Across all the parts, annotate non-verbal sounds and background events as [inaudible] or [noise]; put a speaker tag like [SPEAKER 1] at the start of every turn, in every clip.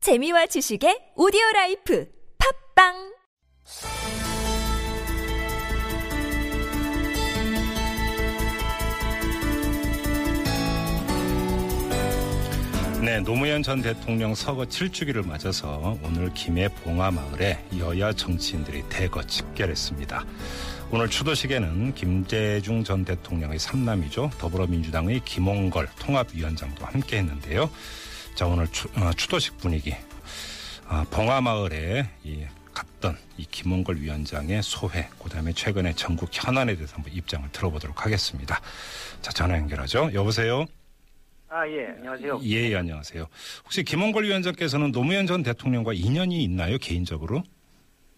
[SPEAKER 1] 재미와 지식의 오디오 라이프 팝빵
[SPEAKER 2] 네, 노무현 전 대통령 서거 7주기를 맞아서 오늘 김해 봉화마을에 여야 정치인들이 대거 집결했습니다. 오늘 추도식에는 김대중 전 대통령의 삼남이죠. 더불어민주당의 김홍걸 통합위원장도 함께 했는데요. 자, 오늘 추, 도식 분위기. 아, 봉화마을에 이 갔던 이 김홍걸 위원장의 소회, 그 다음에 최근에 전국 현안에 대해서 한번 입장을 들어보도록 하겠습니다. 자, 전화 연결하죠. 여보세요?
[SPEAKER 3] 아, 예. 안녕하세요.
[SPEAKER 2] 예, 예, 안녕하세요. 혹시 김홍걸 위원장께서는 노무현 전 대통령과 인연이 있나요, 개인적으로?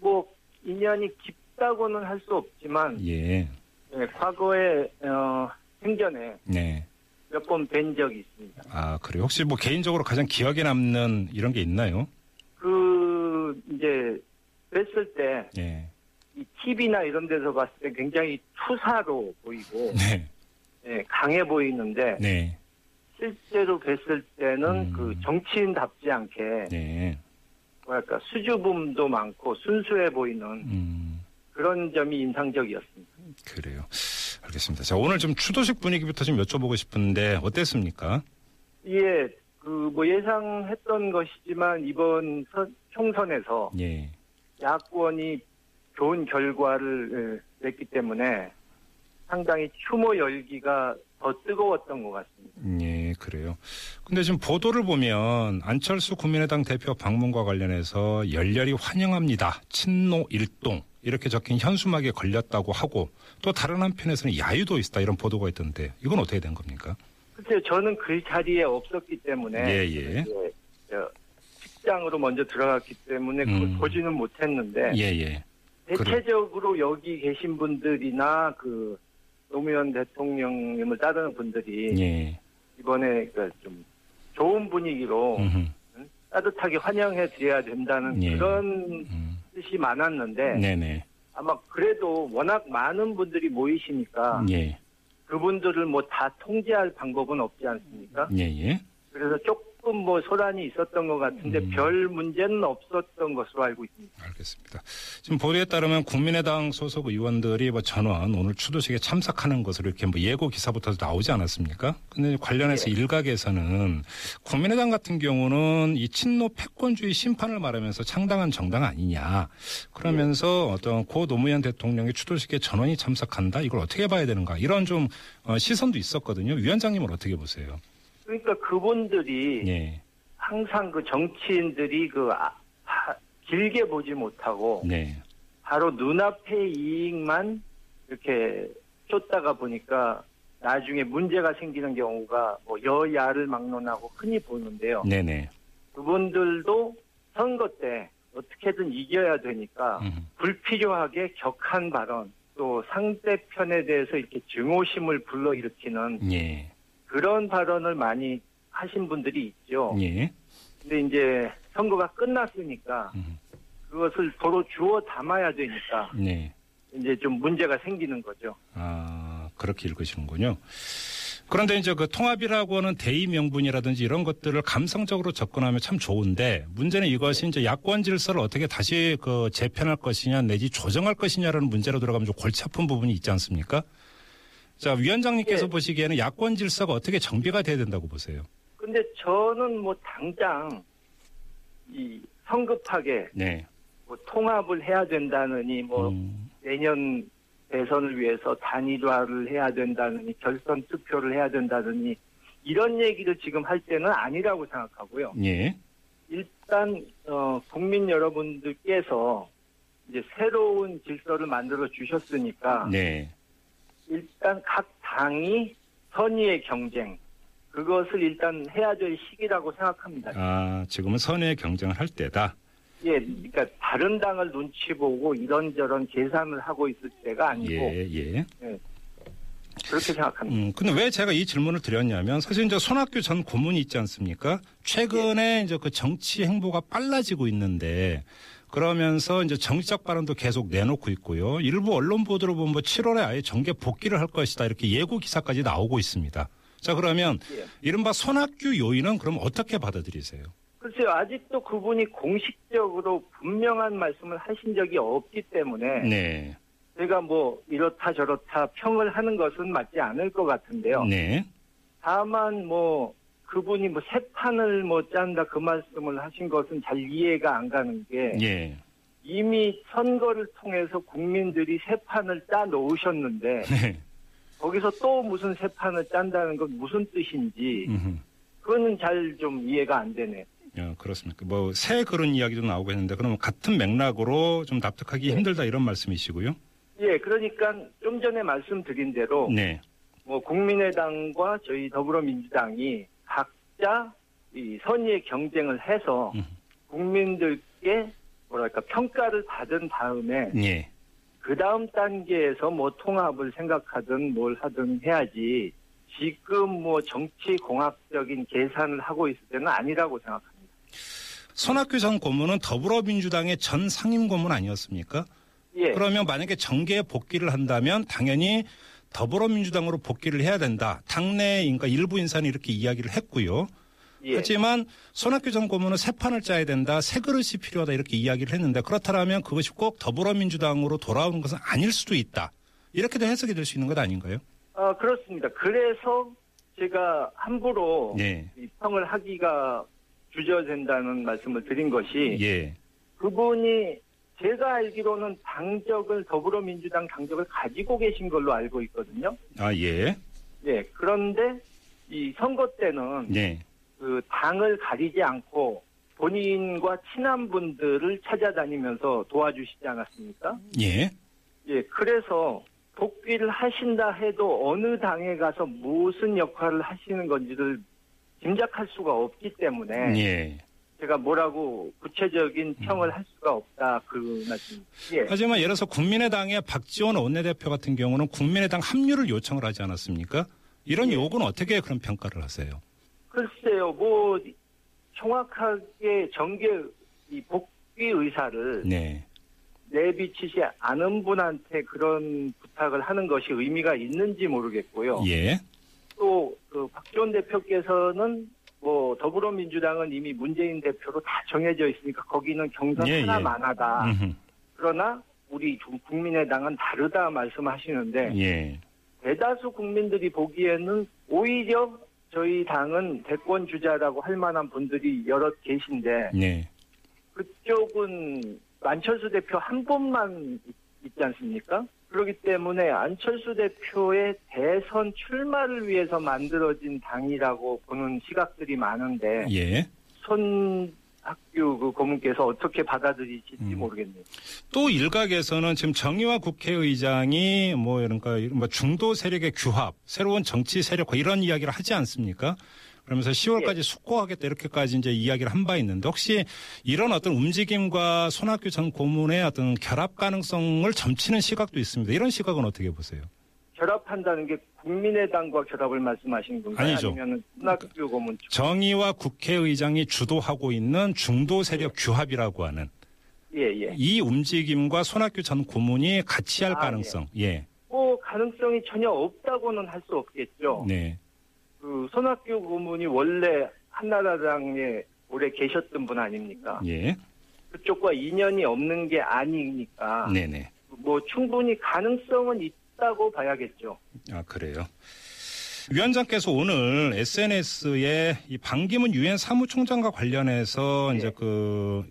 [SPEAKER 3] 뭐, 인연이 깊다고는 할 수 없지만,
[SPEAKER 2] 예,
[SPEAKER 3] 예, 과거에, 어, 생전에
[SPEAKER 2] 네.
[SPEAKER 3] 몇 번 뵌 적이 있습니다.
[SPEAKER 2] 아, 그래요. 혹시 뭐 개인적으로 가장 기억에 남는 이런 게 있나요?
[SPEAKER 3] 그, 이제, 뵀을 때,
[SPEAKER 2] 예,
[SPEAKER 3] 이 TV나 이런 데서 봤을 때 굉장히 투사로 보이고,
[SPEAKER 2] 네,
[SPEAKER 3] 예, 강해 보이는데,
[SPEAKER 2] 네,
[SPEAKER 3] 실제로 뵀을 때는
[SPEAKER 2] 음.
[SPEAKER 3] 그 정치인답지 않게,
[SPEAKER 2] 네.
[SPEAKER 3] 뭐랄까, 수줍음도 많고, 순수해 보이는
[SPEAKER 2] 음,
[SPEAKER 3] 그런 점이 인상적이었습니다.
[SPEAKER 2] 그래요. 알겠습니다. 자, 오늘 좀 추도식 분위기부터 좀 여쭤보고 싶은데 어땠습니까?
[SPEAKER 3] 예, 그 뭐 예상했던 것이지만 이번 선- 총선에서
[SPEAKER 2] 예,
[SPEAKER 3] 야권이 좋은 결과를 예, 냈기 때문에 상당히 추모 열기가 더 뜨거웠던 것 같습니다.
[SPEAKER 2] 예, 그래요. 근데 지금 보도를 보면 안철수 국민의당 대표 방문과 관련해서 열렬히 환영합니다. 친노 일동 이렇게 적힌 현수막에 걸렸다고 하고 또 다른 한편에서는 야유도 있다 이런 보도가 있던데 이건 어떻게 된 겁니까?
[SPEAKER 3] 글쎄요, 저는 그 자리에 없었기 때문에
[SPEAKER 2] 예, 예.
[SPEAKER 3] 예, 저 식장으로 먼저 들어갔기 때문에 그걸
[SPEAKER 2] 음.
[SPEAKER 3] 보지는 못했는데
[SPEAKER 2] 예, 예. 그래요.
[SPEAKER 3] 대체적으로 여기 계신 분들이나 그 노무현 대통령님을 따르는 분들이
[SPEAKER 2] 예.
[SPEAKER 3] 이번에 그좀 좋은 분위기로
[SPEAKER 2] 음흠,
[SPEAKER 3] 따뜻하게 환영해 드려야 된다는
[SPEAKER 2] 예.
[SPEAKER 3] 그런
[SPEAKER 2] 음.
[SPEAKER 3] 뜻이 많았는데
[SPEAKER 2] 네네.
[SPEAKER 3] 아마 그래도 워낙 많은 분들이 모이시니까
[SPEAKER 2] 예.
[SPEAKER 3] 그분들을 뭐 다 통제할 방법은 없지 않습니까?
[SPEAKER 2] 예, 예.
[SPEAKER 3] 그래서 조금 뭐 소란이 있었던 것 같은데
[SPEAKER 2] 음.
[SPEAKER 3] 별 문제는 없었던 것으로 알고 있습니다.
[SPEAKER 2] 알겠습니다. 지금 보도에 따르면 국민의당 소속 의원들이 뭐 전원 오늘 추도식에 참석하는 것으로 이렇게 뭐 예고 기사부터 나오지 않았습니까? 근데 관련해서 일각에서는 국민의당 같은 경우는 이 친노 패권주의 심판을 말하면서 창당한 정당 아니냐. 그러면서 어떤 고 노무현 대통령의 추도식에 전원이 참석한다. 이걸 어떻게 봐야 되는가. 이런 좀 어, 시선도 있었거든요. 위원장님은 어떻게 보세요?
[SPEAKER 3] 그러니까 그분들이
[SPEAKER 2] 예.
[SPEAKER 3] 항상 그 정치인들이 그 아- 하- 길게 보지 못하고
[SPEAKER 2] 네.
[SPEAKER 3] 바로 눈앞의 이익만 이렇게 쫓다가 보니까 나중에 문제가 생기는 경우가 뭐 여야를 막론하고 흔히 보는데요.
[SPEAKER 2] 네네.
[SPEAKER 3] 그분들도 선거 때 어떻게든 이겨야 되니까
[SPEAKER 2] 음.
[SPEAKER 3] 불필요하게 격한 발언 또 상대편에 대해서 이렇게 증오심을 불러일으키는
[SPEAKER 2] 예.
[SPEAKER 3] 그런 발언을 많이 하신 분들이 있죠.
[SPEAKER 2] 예.
[SPEAKER 3] 근데 이제 선거가 끝났으니까
[SPEAKER 2] 음.
[SPEAKER 3] 그것을 도로 주워 담아야 되니까
[SPEAKER 2] 네.
[SPEAKER 3] 이제 좀 문제가 생기는 거죠.
[SPEAKER 2] 아, 그렇게 읽으시는군요. 그런데 이제 그 통합이라고 하는 대의 명분이라든지 이런 것들을 감성적으로 접근하면 참 좋은데 문제는 이것이 이제 야권 질서를 어떻게 다시 그 재편할 것이냐 내지 조정할 것이냐라는 문제로 들어가면 좀 골치 아픈 부분이 있지 않습니까? 자, 위원장님께서
[SPEAKER 3] 예.
[SPEAKER 2] 보시기에는 야권 질서가 어떻게 정비가 돼야 된다고 보세요?
[SPEAKER 3] 근데 저는 뭐 당장 이 성급하게
[SPEAKER 2] 네.
[SPEAKER 3] 뭐 통합을 해야 된다느니 뭐
[SPEAKER 2] 음,
[SPEAKER 3] 내년 대선을 위해서 단일화를 해야 된다느니 결선 투표를 해야 된다느니 이런 얘기를 지금 할 때는 아니라고 생각하고요.
[SPEAKER 2] 예.
[SPEAKER 3] 일단 어, 국민 여러분들께서 이제 새로운 질서를 만들어 주셨으니까
[SPEAKER 2] 네.
[SPEAKER 3] 일단 각 당이 선의의 경쟁 그것을 일단 해야 될 시기라고 생각합니다.
[SPEAKER 2] 아, 지금은 선의 경쟁을 할 때다.
[SPEAKER 3] 예, 그러니까 다른 당을 눈치 보고 이런저런 계산을 하고 있을 때가 아니고
[SPEAKER 2] 예, 예.
[SPEAKER 3] 그렇게 생각합니다.
[SPEAKER 2] 음, 근데 왜 제가 이 질문을 드렸냐면 사실 이제 손학규 전 고문이 있지 않습니까? 최근에 이제 그 정치 행보가 빨라지고 있는데 그러면서 이제 정치적 발언도 계속 내놓고 있고요. 일부 언론 보도로 보면 뭐 7월에 아예 정계 복귀를 할 것이다 이렇게 예고 기사까지 나오고 있습니다. 자 그러면
[SPEAKER 3] 예.
[SPEAKER 2] 이른바 손학규 요인은 그럼 어떻게 받아들이세요?
[SPEAKER 3] 글쎄요, 아직도 그분이 공식적으로 분명한 말씀을 하신 적이 없기 때문에
[SPEAKER 2] 네.
[SPEAKER 3] 제가 뭐 이렇다 저렇다 평을 하는 것은 맞지 않을 것 같은데요.
[SPEAKER 2] 네.
[SPEAKER 3] 다만 뭐 그분이 뭐 새 판을 뭐 짠다 그 말씀을 하신 것은 잘 이해가 안 가는 게
[SPEAKER 2] 예.
[SPEAKER 3] 이미 선거를 통해서 국민들이 새 판을 짜 놓으셨는데
[SPEAKER 2] [laughs] 네.
[SPEAKER 3] 거기서 또 무슨 새 판을 짠다는 건 무슨 뜻인지
[SPEAKER 2] 음흠.
[SPEAKER 3] 그거는 잘 좀 이해가 안 되네요.
[SPEAKER 2] 야, 그렇습니까? 뭐 새 그런 이야기도 나오고 했는데 그럼 같은 맥락으로 좀 납득하기 힘들다 이런 말씀이시고요.
[SPEAKER 3] 예, 그러니까 좀 전에 말씀드린 대로
[SPEAKER 2] 네.
[SPEAKER 3] 뭐 국민의당과 저희 더불어민주당이 각자 이 선의의 경쟁을 해서
[SPEAKER 2] 음.
[SPEAKER 3] 국민들께 뭐랄까 평가를 받은 다음에
[SPEAKER 2] 예.
[SPEAKER 3] 그 다음 단계에서 뭐 통합을 생각하든 뭘 하든 해야지 지금 뭐 정치 공학적인 계산을 하고 있을 때는 아니라고 생각합니다.
[SPEAKER 2] 손학규 전 고문은 더불어민주당의 전 상임 고문 아니었습니까?
[SPEAKER 3] 예,
[SPEAKER 2] 그러면 만약에 정계에 복귀를 한다면 당연히 더불어민주당으로 복귀를 해야 된다. 당내 그러니까 일부 인사는 이렇게 이야기를 했고요.
[SPEAKER 3] 예,
[SPEAKER 2] 하지만 손학규 전 고문은 새 판을 짜야 된다. 새 그릇이 필요하다 이렇게 이야기를 했는데 그렇다면 그것이 꼭 더불어민주당으로 돌아오는 것은 아닐 수도 있다. 이렇게도 해석이 될 수 있는 것 아닌가요?
[SPEAKER 3] 아, 그렇습니다. 그래서 제가 함부로
[SPEAKER 2] 네.
[SPEAKER 3] 이 평을 하기가 주저된다는 말씀을 드린 것이
[SPEAKER 2] 예.
[SPEAKER 3] 그분이 제가 알기로는 당적을 더불어민주당 당적을 가지고 계신 걸로 알고 있거든요.
[SPEAKER 2] 아, 예.
[SPEAKER 3] 예. 그런데 이 선거 때는
[SPEAKER 2] 네.
[SPEAKER 3] 그 당을 가리지 않고 본인과 친한 분들을 찾아다니면서 도와주시지 않았습니까?
[SPEAKER 2] 예.
[SPEAKER 3] 예. 그래서 복귀를 하신다 해도 어느 당에 가서 무슨 역할을 하시는 건지를 짐작할 수가 없기 때문에
[SPEAKER 2] 예.
[SPEAKER 3] 제가 뭐라고 구체적인 평을 할 수가 없다 그 말씀. 예.
[SPEAKER 2] 하지만 예를 들어서 국민의당의 박지원 원내대표 같은 경우는 국민의당 합류를 요청을 하지 않았습니까? 이런 요구는 어떻게 그런 평가를 하세요?
[SPEAKER 3] 글쎄요, 뭐 정확하게 정계 이 복귀 의사를
[SPEAKER 2] 네.
[SPEAKER 3] 내비치지 않은 분한테 그런 부탁을 하는 것이 의미가 있는지 모르겠고요.
[SPEAKER 2] 예.
[SPEAKER 3] 또그 박지원 대표께서는 뭐 더불어민주당은 이미 문재인 대표로 다 정해져 있으니까 거기는 경선
[SPEAKER 2] 예, 예.
[SPEAKER 3] 하나만하다.
[SPEAKER 2] 음흠.
[SPEAKER 3] 그러나 우리 좀 국민의당은 다르다 말씀하시는데
[SPEAKER 2] 예.
[SPEAKER 3] 대다수 국민들이 보기에는 오히려 저희 당은 대권 주자라고 할 만한 분들이 여럿 계신데
[SPEAKER 2] 네.
[SPEAKER 3] 그쪽은 그 안철수 대표 한 분만 있- 있지 않습니까? 그렇기 때문에 안철수 대표의 대선 출마를 위해서 만들어진 당이라고 보는 시각들이 많은데
[SPEAKER 2] 예.
[SPEAKER 3] 손학규 그 고문께서 어떻게 받아들이실지
[SPEAKER 2] 음.
[SPEAKER 3] 모르겠네요.
[SPEAKER 2] 또 일각에서는 지금 정의와 국회의장이 뭐 그러니까 이런 뭐 중도 세력의 규합, 새로운 정치 세력화 뭐 이런 이야기를 하지 않습니까? 그러면서
[SPEAKER 3] 예.
[SPEAKER 2] 10월까지 숙고하겠다 이렇게까지 이제 이야기를 한 바 있는데 혹시 이런 어떤 움직임과 손학규 전 고문의 어떤 결합 가능성을 점치는 시각도 있습니다. 이런 시각은 어떻게 보세요?
[SPEAKER 3] 결합한다는 게 국민의당과 결합을 말씀하시는 건가요?
[SPEAKER 2] 아니죠. 그러니까.
[SPEAKER 3] 아니면 손학규 고문 쪽?
[SPEAKER 2] 정의와 국회의장이 주도하고 있는 중도 세력 규합이라고 하는
[SPEAKER 3] 예, 예.
[SPEAKER 2] 이 움직임과 손학규 전 고문이 같이 할
[SPEAKER 3] 아,
[SPEAKER 2] 가능성. 예.
[SPEAKER 3] 뭐 가능성이 전혀 없다고는 할 수 없겠죠.
[SPEAKER 2] 네.
[SPEAKER 3] 그 손학규 고문이 원래 한나라당에 오래 계셨던 분 아닙니까?
[SPEAKER 2] 예.
[SPEAKER 3] 그쪽과 인연이 없는 게 아니니까
[SPEAKER 2] 네, 네.
[SPEAKER 3] 뭐 충분히 가능성은 있다고 봐야겠죠.
[SPEAKER 2] 아 그래요. 위원장께서 오늘 SNS에 이 반기문 유엔 사무총장과 관련해서
[SPEAKER 3] 예.
[SPEAKER 2] 이제 그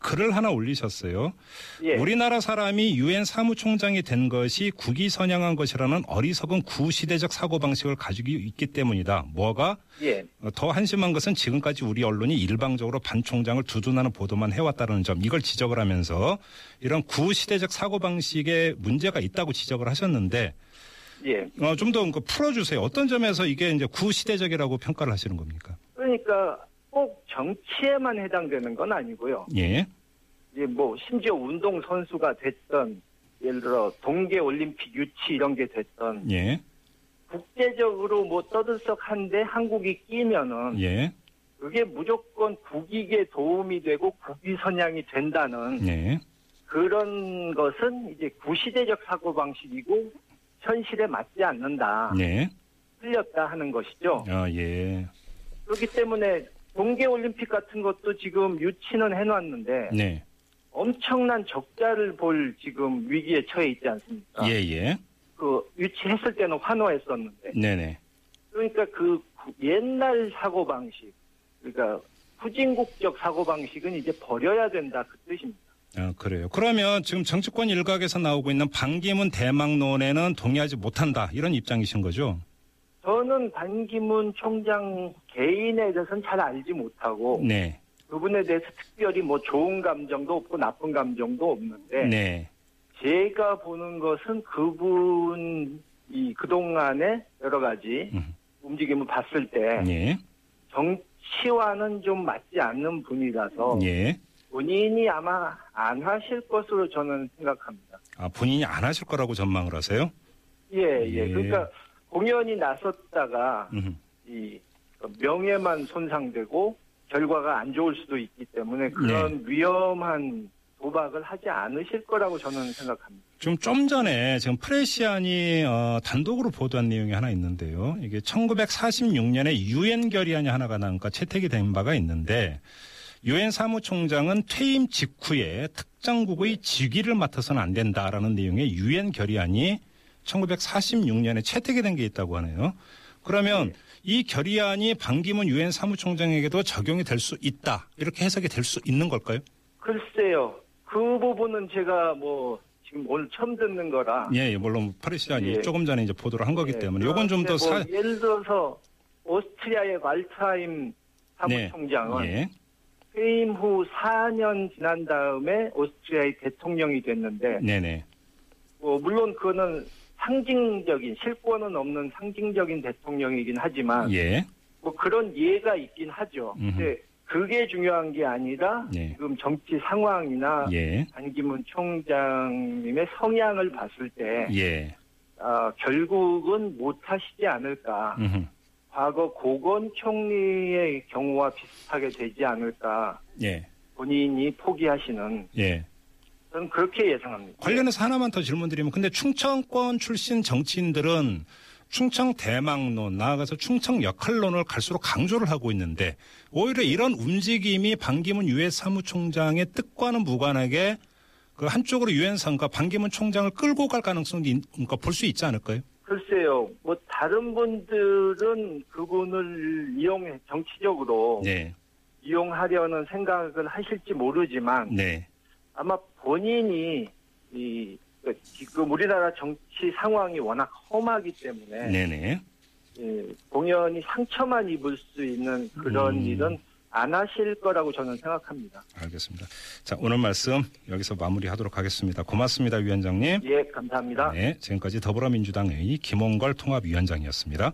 [SPEAKER 2] 글을 하나 올리셨어요.
[SPEAKER 3] 예,
[SPEAKER 2] 우리나라 사람이 유엔 사무총장이 된 것이 국이 선양한 것이라는 어리석은 구시대적 사고방식을 가지고 있기 때문이다. 뭐가
[SPEAKER 3] 예,
[SPEAKER 2] 더 한심한 것은 지금까지 우리 언론이 일방적으로 반 총장을 두둔하는 보도만 해왔다는 점 이걸 지적을 하면서 이런 구시대적 사고방식에 문제가 있다고 지적을 하셨는데
[SPEAKER 3] 예.
[SPEAKER 2] 어, 좀 더 풀어주세요. 어떤 점에서 이게 이제 구시대적이라고 평가를 하시는 겁니까?
[SPEAKER 3] 그러니까 꼭 정치에만 해당되는 건 아니고요.
[SPEAKER 2] 예.
[SPEAKER 3] 이제 뭐 심지어 운동 선수가 됐던 예를 들어 동계 올림픽 유치 이런 게 됐던
[SPEAKER 2] 예.
[SPEAKER 3] 국제적으로 뭐 떠들썩한데 한국이 끼면은
[SPEAKER 2] 예.
[SPEAKER 3] 그게 무조건 국익에 도움이 되고 국위 선양이 된다는
[SPEAKER 2] 예.
[SPEAKER 3] 그런 것은 이제 구시대적 사고 방식이고 현실에 맞지 않는다
[SPEAKER 2] 예.
[SPEAKER 3] 틀렸다 하는 것이죠.
[SPEAKER 2] 아, 예.
[SPEAKER 3] 그렇기 때문에 동계올림픽 같은 것도 지금 유치는 해놨는데
[SPEAKER 2] 네.
[SPEAKER 3] 엄청난 적자를 볼 지금 위기에 처해 있지 않습니까?
[SPEAKER 2] 예, 예.
[SPEAKER 3] 그 유치했을 때는 환호했었는데
[SPEAKER 2] 네네.
[SPEAKER 3] 그러니까 그 구- 옛날 사고 방식 그러니까 후진국적 사고 방식은 이제 버려야 된다 그 뜻입니다.
[SPEAKER 2] 아, 그래요. 그러면 지금 정치권 일각에서 나오고 있는 반기문 대망론에는 동의하지 못한다. 이런 입장이신 거죠?
[SPEAKER 3] 저는 반기문 총장 개인에 대해서는 잘 알지 못하고
[SPEAKER 2] 네.
[SPEAKER 3] 그분에 대해서 특별히 뭐 좋은 감정도 없고 나쁜 감정도 없는데
[SPEAKER 2] 네.
[SPEAKER 3] 제가 보는 것은 그분이 그동안의 여러 가지
[SPEAKER 2] 음.
[SPEAKER 3] 움직임을 봤을 때
[SPEAKER 2] 예.
[SPEAKER 3] 정치와는 좀 맞지 않는 분이라서
[SPEAKER 2] 예.
[SPEAKER 3] 본인이 아마 안 하실 것으로 저는 생각합니다.
[SPEAKER 2] 아, 본인이 안 하실 거라고 전망을 하세요?
[SPEAKER 3] 예, 예.
[SPEAKER 2] 예.
[SPEAKER 3] 그러니까 공연이 나섰다가
[SPEAKER 2] 음.
[SPEAKER 3] 이 명예만 손상되고 결과가 안 좋을 수도 있기 때문에 그런
[SPEAKER 2] 네.
[SPEAKER 3] 위험한 도박을 하지 않으실 거라고 저는 생각합니다.
[SPEAKER 2] 좀, 좀 전에 지금 프레시안이 어, 단독으로 보도한 내용이 하나 있는데요. 이게 1946년에 유엔 결의안이 하나가 나니까 채택이 된 바가 있는데 유엔 사무총장은 퇴임 직후에 특정국의 직위를 맡아서는 안 된다라는 내용의 유엔 결의안이 1946년에 채택이 된 게 있다고 하네요. 그러면 이 결의안이 반기문 유엔 사무총장에게도 적용이 될 수 있다 이렇게 해석이 될 수 있는 걸까요?
[SPEAKER 3] 글쎄요. 그 부분은 제가 뭐 지금 오늘 처음 듣는 거라.
[SPEAKER 2] 예, 예, 물론 파리시안이
[SPEAKER 3] 아. 예.
[SPEAKER 2] 조금 전에 이제 보도를 한 거기
[SPEAKER 3] 예,
[SPEAKER 2] 때문에 요건 좀 더
[SPEAKER 3] 그런데 뭐
[SPEAKER 2] 사.
[SPEAKER 3] 예를 들어서 오스트리아의 말타임 사무총장은
[SPEAKER 2] 네. 예,
[SPEAKER 3] 퇴임 후 4년 지난 다음에 오스트리아의 대통령이 됐는데
[SPEAKER 2] 네, 네,
[SPEAKER 3] 뭐 물론 그거는 상징적인 실권은 없는 상징적인 대통령이긴 하지만
[SPEAKER 2] 예,
[SPEAKER 3] 뭐 그런 예가 있긴 하죠.
[SPEAKER 2] 음흠.
[SPEAKER 3] 근데 그게 중요한 게 아니라
[SPEAKER 2] 네.
[SPEAKER 3] 지금 정치 상황이나
[SPEAKER 2] 예,
[SPEAKER 3] 반기문 총장님의 성향을 봤을 때
[SPEAKER 2] 예,
[SPEAKER 3] 아, 결국은 못하시지 않을까.
[SPEAKER 2] 음흠.
[SPEAKER 3] 과거 고건 총리의 경우와 비슷하게 되지 않을까.
[SPEAKER 2] 예,
[SPEAKER 3] 본인이 포기하시는
[SPEAKER 2] 예.
[SPEAKER 3] 저는 그렇게 예상합니다.
[SPEAKER 2] 관련해서 하나만 더 질문드리면 근데 충청권 출신 정치인들은 충청 대망론 나아가서 충청 역할론을 갈수록 강조를 하고 있는데 오히려 이런 움직임이 반기문 유엔 사무총장의 뜻과는 무관하게 그 한쪽으로 유엔 선과 반기문 총장을 끌고 갈 가능성이 볼 수 있지 않을까요?
[SPEAKER 3] 글쎄요. 뭐 다른 분들은 그분을 이용해 정치적으로
[SPEAKER 2] 네,
[SPEAKER 3] 이용하려는 생각을 하실지 모르지만
[SPEAKER 2] 네,
[SPEAKER 3] 아마 본인이 이그 지금 우리나라 정치 상황이 워낙 험하기 때문에
[SPEAKER 2] 네, 네.
[SPEAKER 3] 예, 공연이 상처만 입을 수 있는 그런
[SPEAKER 2] 음.
[SPEAKER 3] 일은 안 하실 거라고 저는 생각합니다.
[SPEAKER 2] 알겠습니다. 자, 오늘 말씀 여기서 마무리하도록 하겠습니다. 고맙습니다, 위원장님.
[SPEAKER 3] 예, 감사합니다.
[SPEAKER 2] 네, 지금까지 더불어민주당의 김홍걸 통합위원장이었습니다.